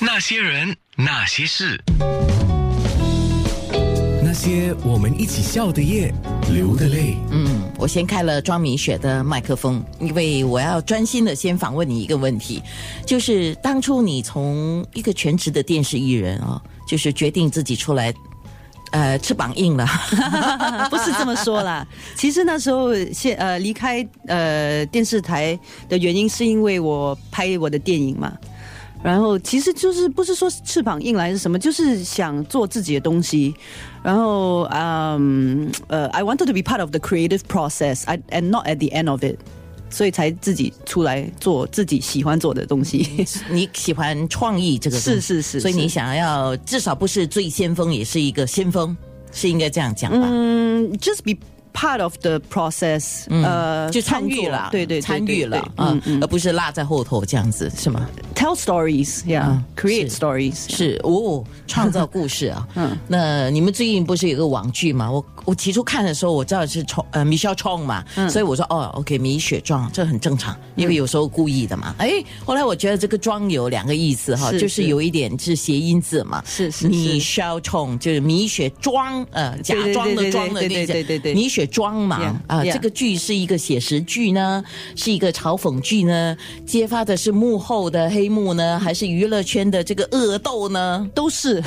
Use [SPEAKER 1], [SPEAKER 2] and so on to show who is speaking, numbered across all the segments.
[SPEAKER 1] 那些人，那些事，
[SPEAKER 2] 那些我们一起笑的夜，流的泪。
[SPEAKER 3] 嗯，我先开了庄米雪的麦克风，因为我要专心的先访问你一个问题，就是当初你从一个全职的电视艺人哦，就是决定自己出来，呃，翅膀硬了，
[SPEAKER 4] 不是这么说啦。其实那时候现呃离开呃电视台的原因，是因为我拍我的电影嘛。然后其实就是不是说翅膀硬来是什么，就是想做自己的东西。然后嗯呃，I wanted to be part of the creative process, I and not at the end of it。所以才自己出来做自己喜欢做的东西。
[SPEAKER 3] 你喜欢创意这个东西
[SPEAKER 4] 是是是
[SPEAKER 3] 所以你
[SPEAKER 4] 是
[SPEAKER 3] 想要至少不是最先锋，也是一个先锋，是应该这样讲吧？
[SPEAKER 4] 嗯，just be part of the process，、呃，
[SPEAKER 3] 嗯就参与了
[SPEAKER 4] 创作，对对对
[SPEAKER 3] 参与了
[SPEAKER 4] 对对
[SPEAKER 3] 啊
[SPEAKER 4] 嗯，嗯
[SPEAKER 3] 而不是落在后头这样子，是吗？
[SPEAKER 4] ，tell stories，yeah，create、
[SPEAKER 3] 是
[SPEAKER 4] stories，yeah
[SPEAKER 3] 是哦，创造故事啊。嗯
[SPEAKER 4] 啊 嗯，
[SPEAKER 3] 那你们最近不是有个网剧嘛？我我起初看的时候，我知道是冲呃米雪冲嘛，
[SPEAKER 4] 嗯
[SPEAKER 3] 所以我说哦，OK，米雪壮这很正常，因为有时候故意的嘛。哎，后来我觉得这个“壮”有两个意思哈，
[SPEAKER 4] 嗯是
[SPEAKER 3] 就是
[SPEAKER 4] 是
[SPEAKER 3] 有一点是谐音字嘛，
[SPEAKER 4] 是是是
[SPEAKER 3] 米雪冲就是米雪装呃假
[SPEAKER 4] 对对
[SPEAKER 3] 装的
[SPEAKER 4] 对对
[SPEAKER 3] 装的
[SPEAKER 4] 对
[SPEAKER 3] 那
[SPEAKER 4] 对
[SPEAKER 3] 些
[SPEAKER 4] 对对对
[SPEAKER 3] 米雪装忙
[SPEAKER 4] Yeah，
[SPEAKER 3] 啊，
[SPEAKER 4] yeah
[SPEAKER 3] 这个剧是一个写实剧呢，是一个嘲讽剧呢，揭发的是幕后的黑幕呢，还是娱乐圈的这个恶斗呢？
[SPEAKER 4] 都是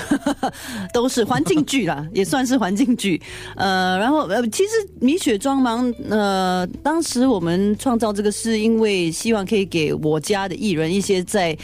[SPEAKER 4] 都是环境剧啦，也算是环境剧。呃，然后呃，其实米雪装忙，呃，当时我们创造这个是因为希望可以给我家的艺人一些在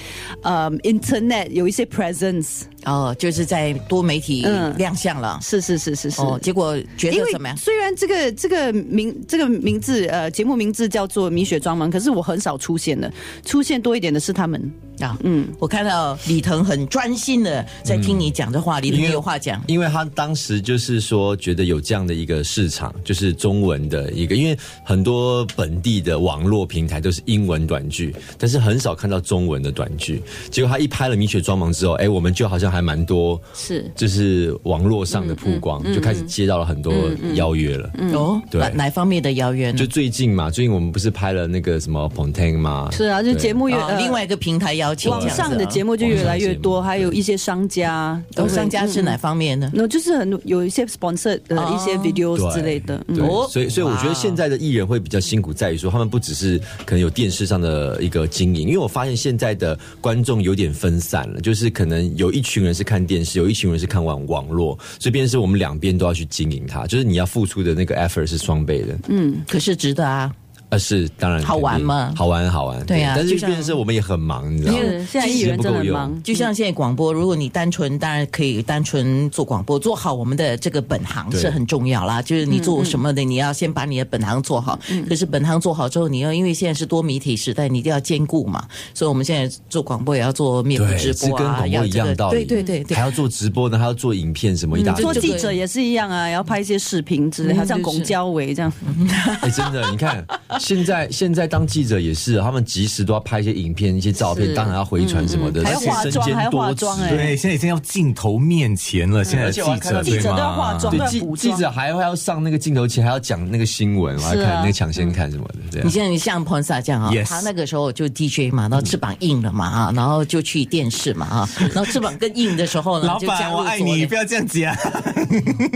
[SPEAKER 4] 呃 Internet 有一些 presence。
[SPEAKER 3] 哦，就是在多媒体
[SPEAKER 4] 嗯
[SPEAKER 3] 亮相了。
[SPEAKER 4] 是是是嗯是是。
[SPEAKER 3] 哦，结果觉
[SPEAKER 4] 因
[SPEAKER 3] 得
[SPEAKER 4] 为
[SPEAKER 3] 怎么样？
[SPEAKER 4] 虽然这个这个名这个名字呃节目名字叫做《米雪装忙》，可是我很少出现的，出现多一点的是他们。
[SPEAKER 3] 啊，嗯，我看到李腾很专心的在听你讲这话，李腾
[SPEAKER 5] 因为
[SPEAKER 3] 有话讲。
[SPEAKER 5] 因为他当时就是说，觉得有这样的一个市场，就是中文的一个，因为很多本地的网络平台都是英文短剧，但是很少看到中文的短剧。结果他一拍了《米雪装忙》之后，哎，我们就好像还蛮多，
[SPEAKER 4] 是
[SPEAKER 5] 就是网络上的曝光，就开始接到了很多邀约了。
[SPEAKER 4] 嗯
[SPEAKER 3] 哦，
[SPEAKER 5] 对
[SPEAKER 3] 哪哪方面的邀约呢
[SPEAKER 5] 就？最近嘛，最近我们不是拍了那个什么 Pontang 吗？
[SPEAKER 4] 是啊，就
[SPEAKER 5] 对
[SPEAKER 4] 节目越、
[SPEAKER 3] 哦
[SPEAKER 4] 呃
[SPEAKER 3] 另外一个平台邀请，啊
[SPEAKER 4] 网上的节
[SPEAKER 3] 目，
[SPEAKER 4] 目就越来越多，
[SPEAKER 5] 网上的节目
[SPEAKER 4] 还有一些商家都
[SPEAKER 3] 哦
[SPEAKER 4] 会
[SPEAKER 3] 商家是？
[SPEAKER 4] 嗯
[SPEAKER 3] 哪方面呢？
[SPEAKER 4] 那、就是很有一些 sponsor 的、
[SPEAKER 3] 哦
[SPEAKER 4] 一些 videos
[SPEAKER 5] 对
[SPEAKER 4] 之类的，
[SPEAKER 5] 对
[SPEAKER 4] 嗯，
[SPEAKER 3] 哦，
[SPEAKER 5] 所以所以我觉得现在的艺人会比较辛苦，在于说他们不只是可能有电视上的一个经营，因为我发现现在的观众有点分散了，就是可能有一群人是看电视，有一群人是看网网络，所以变成是我们两边都要去经营它，就是你要付出的那个 effort 是双倍的。嗯，
[SPEAKER 3] 可是值得啊，
[SPEAKER 5] 啊是，当然
[SPEAKER 3] 好玩
[SPEAKER 5] 肯定
[SPEAKER 3] 吗
[SPEAKER 5] 好玩好玩，
[SPEAKER 3] 对啊
[SPEAKER 5] 但是
[SPEAKER 3] 就像
[SPEAKER 5] 变成是我们也很忙，你知道吗？
[SPEAKER 4] 是现在艺
[SPEAKER 5] 时间
[SPEAKER 4] 人
[SPEAKER 5] 不
[SPEAKER 4] 真
[SPEAKER 5] 够
[SPEAKER 4] 的很
[SPEAKER 5] 用
[SPEAKER 4] 忙，
[SPEAKER 3] 就像现在广播，如果你单纯，当然可以单纯做广播，做好我们的这个本行
[SPEAKER 5] 对
[SPEAKER 3] 是很重要啦。就是你做什么的，你要先把你的本行做好。
[SPEAKER 5] 嗯
[SPEAKER 3] 可是本行做好之后，你要因为现在是多媒体时代，你一定要兼顾嘛。所以我们现在做广播也要做面部
[SPEAKER 5] 对，
[SPEAKER 3] 直
[SPEAKER 5] 是跟
[SPEAKER 3] 播啊，
[SPEAKER 5] 广
[SPEAKER 3] 要
[SPEAKER 5] 播一
[SPEAKER 3] 这
[SPEAKER 5] 样
[SPEAKER 3] 个
[SPEAKER 5] 道理，
[SPEAKER 3] 对
[SPEAKER 5] 嗯
[SPEAKER 3] 对对对
[SPEAKER 5] 还。要做直播呢，还要做影片什么一大堆，
[SPEAKER 4] 做
[SPEAKER 3] 这个
[SPEAKER 4] 记者也是一样啊，要拍一些视频之类，
[SPEAKER 3] 嗯
[SPEAKER 4] 好像
[SPEAKER 3] 就是
[SPEAKER 4] 龚交伟这样，
[SPEAKER 5] 哎、真的，你看，现在现在当记者也是，他们及时都要拍一些影片、一些照片，
[SPEAKER 4] 是
[SPEAKER 5] 当然要回传什么的，
[SPEAKER 4] 嗯嗯还要
[SPEAKER 5] 而且
[SPEAKER 4] 化
[SPEAKER 5] 身
[SPEAKER 4] 妆
[SPEAKER 5] 兼
[SPEAKER 4] 还要
[SPEAKER 5] 多
[SPEAKER 4] 化妆
[SPEAKER 5] 职
[SPEAKER 4] 哎
[SPEAKER 2] 对，现在已经要镜头面前了，现在的记
[SPEAKER 5] 而且我还看
[SPEAKER 2] 者
[SPEAKER 5] 到记
[SPEAKER 2] 对
[SPEAKER 5] 者
[SPEAKER 2] 吗？
[SPEAKER 4] 都要化妆
[SPEAKER 5] 对
[SPEAKER 4] 要
[SPEAKER 5] 记
[SPEAKER 4] 补
[SPEAKER 5] 记
[SPEAKER 4] 妆
[SPEAKER 5] 者还会要上那个镜头前，还要讲那个新闻，我还
[SPEAKER 4] 是
[SPEAKER 5] 看、
[SPEAKER 4] 啊嗯
[SPEAKER 5] 那个抢先看什么的，啊这
[SPEAKER 3] 你
[SPEAKER 5] 样。
[SPEAKER 3] 像你像 Ponsa 这样啊
[SPEAKER 2] Yes
[SPEAKER 3] 他那个时候就 DJ
[SPEAKER 5] 嗯
[SPEAKER 3] 嘛，然后翅膀硬了嘛啊，然后就去电视嘛啊，然后翅膀更硬的时 候呢，
[SPEAKER 2] 老
[SPEAKER 3] 就加
[SPEAKER 2] 板，
[SPEAKER 3] 入
[SPEAKER 2] 我爱
[SPEAKER 3] 左
[SPEAKER 2] 你，
[SPEAKER 3] 联
[SPEAKER 2] 不要这样啊讲。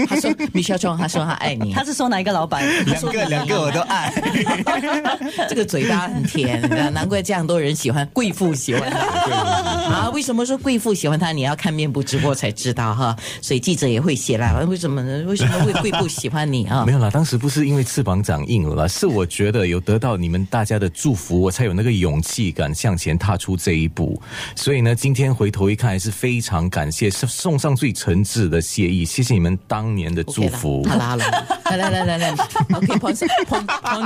[SPEAKER 3] 他说米小虫，他说他爱你，
[SPEAKER 4] 他是说哪一个老板？
[SPEAKER 2] 两个两个我都爱。
[SPEAKER 3] 这个嘴巴很甜，你知道难怪这样多人喜欢贵妇喜欢他啊！为什么说贵妇喜欢他？你要看面部直播才知道哈。所以记者也会写啦，为什么呢？为什么会贵妇喜欢你啊
[SPEAKER 2] 没？有啦，当时不是因为翅膀长硬了啦，是我觉得有得到你们大家的祝福，我才有那个勇气敢向前踏出这一步。所以呢，今天回头一看，还是非常感谢，是送上最诚挚的谢意，谢谢你们当年的祝福。
[SPEAKER 3] OK 啦好啦好啦，来来来来来，OK p o n s a p o n p o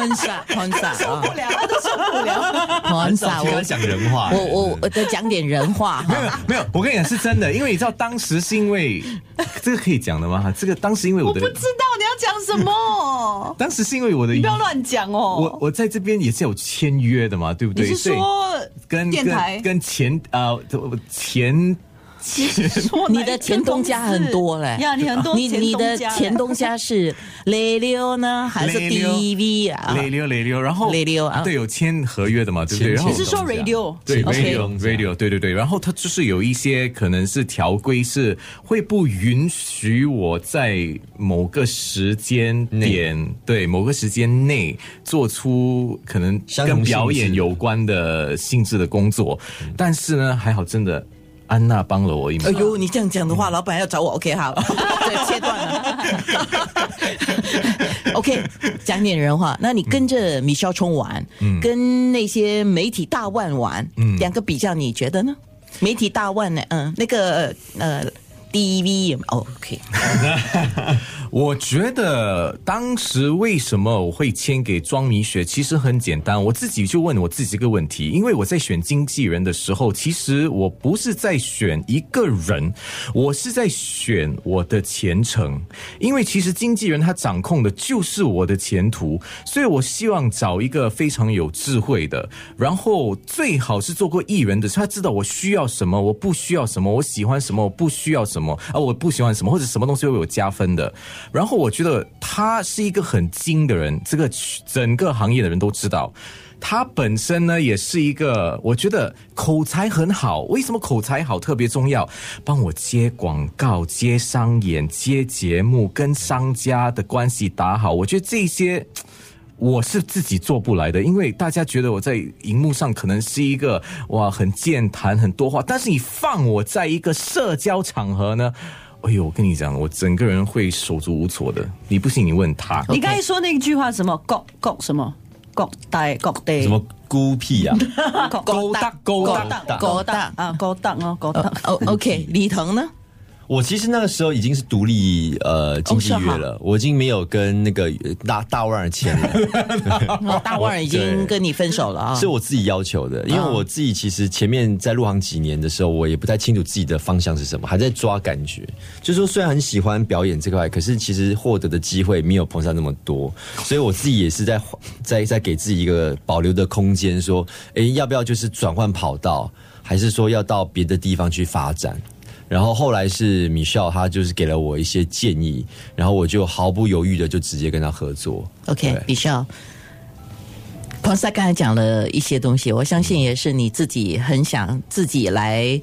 [SPEAKER 3] n s a p o n s a 受不了，都受
[SPEAKER 5] 听
[SPEAKER 3] 不
[SPEAKER 5] 他
[SPEAKER 3] 了 p o n s
[SPEAKER 5] 讲人话、
[SPEAKER 3] a 啊我我我我再讲点人话哈
[SPEAKER 2] 没。有没有，我跟你讲是真的，因为你知道当时是因为这个可以讲的吗？这个当时因为我的，
[SPEAKER 4] 道你要讲什么，
[SPEAKER 2] 当时是因为我的，
[SPEAKER 4] 乱讲哦
[SPEAKER 2] 我我在这边也是有签约的嘛，对不对？所以跟跟跟前呃前
[SPEAKER 4] 其实说
[SPEAKER 3] 你的前东家很多嘞
[SPEAKER 4] 呀，你很多
[SPEAKER 3] 你你的前
[SPEAKER 4] 前
[SPEAKER 3] 东家是雷溜呢，还是
[SPEAKER 2] 雷溜
[SPEAKER 3] DV 啊？
[SPEAKER 2] 累溜累溜，然后
[SPEAKER 3] 累溜啊
[SPEAKER 2] 对，有签合约的嘛，对不对？
[SPEAKER 5] 签
[SPEAKER 2] 然后
[SPEAKER 4] 你是说 radio
[SPEAKER 2] 对
[SPEAKER 5] OK
[SPEAKER 2] radio radio 对对对，然后它就是有一些可能是条规是会不允许我在某个时间点，对某个时间内做出可能
[SPEAKER 5] 相同
[SPEAKER 2] 跟
[SPEAKER 5] 性质嗯
[SPEAKER 2] 表演有关的性质的工作，但是呢，还好真的安娜帮了我一
[SPEAKER 3] 哎
[SPEAKER 2] 忙。
[SPEAKER 3] 呦，你这样讲的话，老板要找我，OK 好， 对，切断了。OK，讲点人话，那你跟着米肖冲玩，跟那些媒体大腕玩，两个比较，你觉得呢？媒体大腕呢？嗯，那个呃，DV 哦，OK，
[SPEAKER 2] 我觉得当时为什么我会签给庄米雪，其实很简单，我自己就问我自己一个问题，因为我在选经纪人的时候，其实我不是在选一个人，我是在选我的前程，因为其实经纪人他掌控的就是我的前途，所以我希望找一个非常有智慧的，然后最好是做过艺人的，他知道我需要什么，我不需要什么，我喜欢什么，我不需要什么，啊，我不喜欢什么，或者什么东西会有加分的。然后我觉得他是一个很精的人，这个整个行业的人都知道。他本身呢，也是一个，我觉得口才很好。为什么口才好特别重要？帮我接广告、接商演、接节目，跟商家的关系打好。我觉得这些我是自己做不来的，因为大家觉得我在荧幕上可能是一个哇很健谈很多话，但是你放我在一个社交场合呢，哎呦，我跟你讲，我整个人会手足无措的。你不信你问他，
[SPEAKER 4] 你刚才说那句话什么？各各什么？各大各地
[SPEAKER 5] 什么孤僻 啊？
[SPEAKER 4] 各
[SPEAKER 2] 勾搭勾搭
[SPEAKER 4] 各大啊各大啊各大。
[SPEAKER 3] 哦，OK，李腾呢？
[SPEAKER 5] 我其实那个时候已经是独立呃经
[SPEAKER 4] 哦
[SPEAKER 5] 纪约了，我已经没有跟那个呃大大腕儿签了，
[SPEAKER 3] 哦大腕已经跟你分手了啊
[SPEAKER 5] 是。我自己要求的，因为我自己其实前面在入行几年的时候，我也不太清楚自己的方向是什么，还在抓感觉。就是说虽然很喜欢表演这块，可是其实获得的机会没有彭山那么多，所以我自己也是在在在给自己一个保留的空间，说，诶，要不要就是转换跑道，还是说要到别的地方去发展？然后后来是米笑，他就是给了我一些建议，然后我就毫不犹豫的就直接跟他合作。
[SPEAKER 3] OK，
[SPEAKER 5] 对
[SPEAKER 3] 比较。彭萨刚才讲了一些东西，我相信也是你自己很想自己来，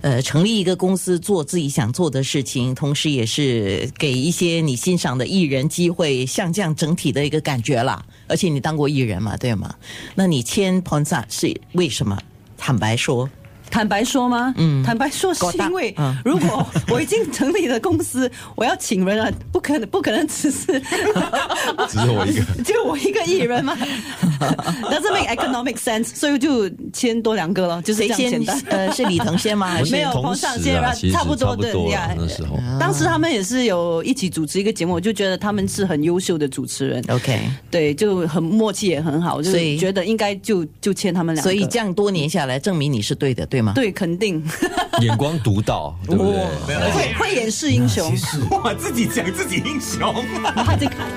[SPEAKER 3] 呃，成立一个公司做自己想做的事情，同时也是给一些你欣赏的艺人机会，像这样整体的一个感觉啦。而且你当过艺人嘛，对吗？那你签彭萨是为什么？坦白说，
[SPEAKER 4] 坦白说吗？嗯，坦白说是
[SPEAKER 3] 狗大
[SPEAKER 4] 因为
[SPEAKER 3] 嗯
[SPEAKER 4] 如果 我已经成立了公司，我要请人了，不可能不可能只是
[SPEAKER 5] 只是我一个。
[SPEAKER 4] 就我一个艺人嘛 ，doesn't make economic sense，所以就签多两个了，就是这
[SPEAKER 3] 谁先
[SPEAKER 4] 样简单？。
[SPEAKER 3] 呃，是李腾先 吗？还
[SPEAKER 5] 我
[SPEAKER 3] 是
[SPEAKER 4] 没有
[SPEAKER 5] 同
[SPEAKER 4] 彭
[SPEAKER 5] 时
[SPEAKER 4] 尚先
[SPEAKER 5] 啊
[SPEAKER 4] 吧
[SPEAKER 5] 其实
[SPEAKER 4] 差不多
[SPEAKER 5] 差
[SPEAKER 4] 对
[SPEAKER 5] 不多
[SPEAKER 4] 呀
[SPEAKER 5] 了那时候。
[SPEAKER 4] 当时他们也是有一起主持一个节目，我就觉得他们是很优秀的主持人，
[SPEAKER 3] OK？
[SPEAKER 4] 对，就很默契也很好，就
[SPEAKER 3] 所
[SPEAKER 4] 是
[SPEAKER 3] 以
[SPEAKER 4] 觉得应该就就签他们两个。
[SPEAKER 3] 所以这样多年下来，证明你是对的，对吗？
[SPEAKER 4] 对，肯定
[SPEAKER 5] 眼光独到，对不对？
[SPEAKER 4] 会会掩饰英雄，
[SPEAKER 2] 我自己讲自己英雄。
[SPEAKER 4] 他在看。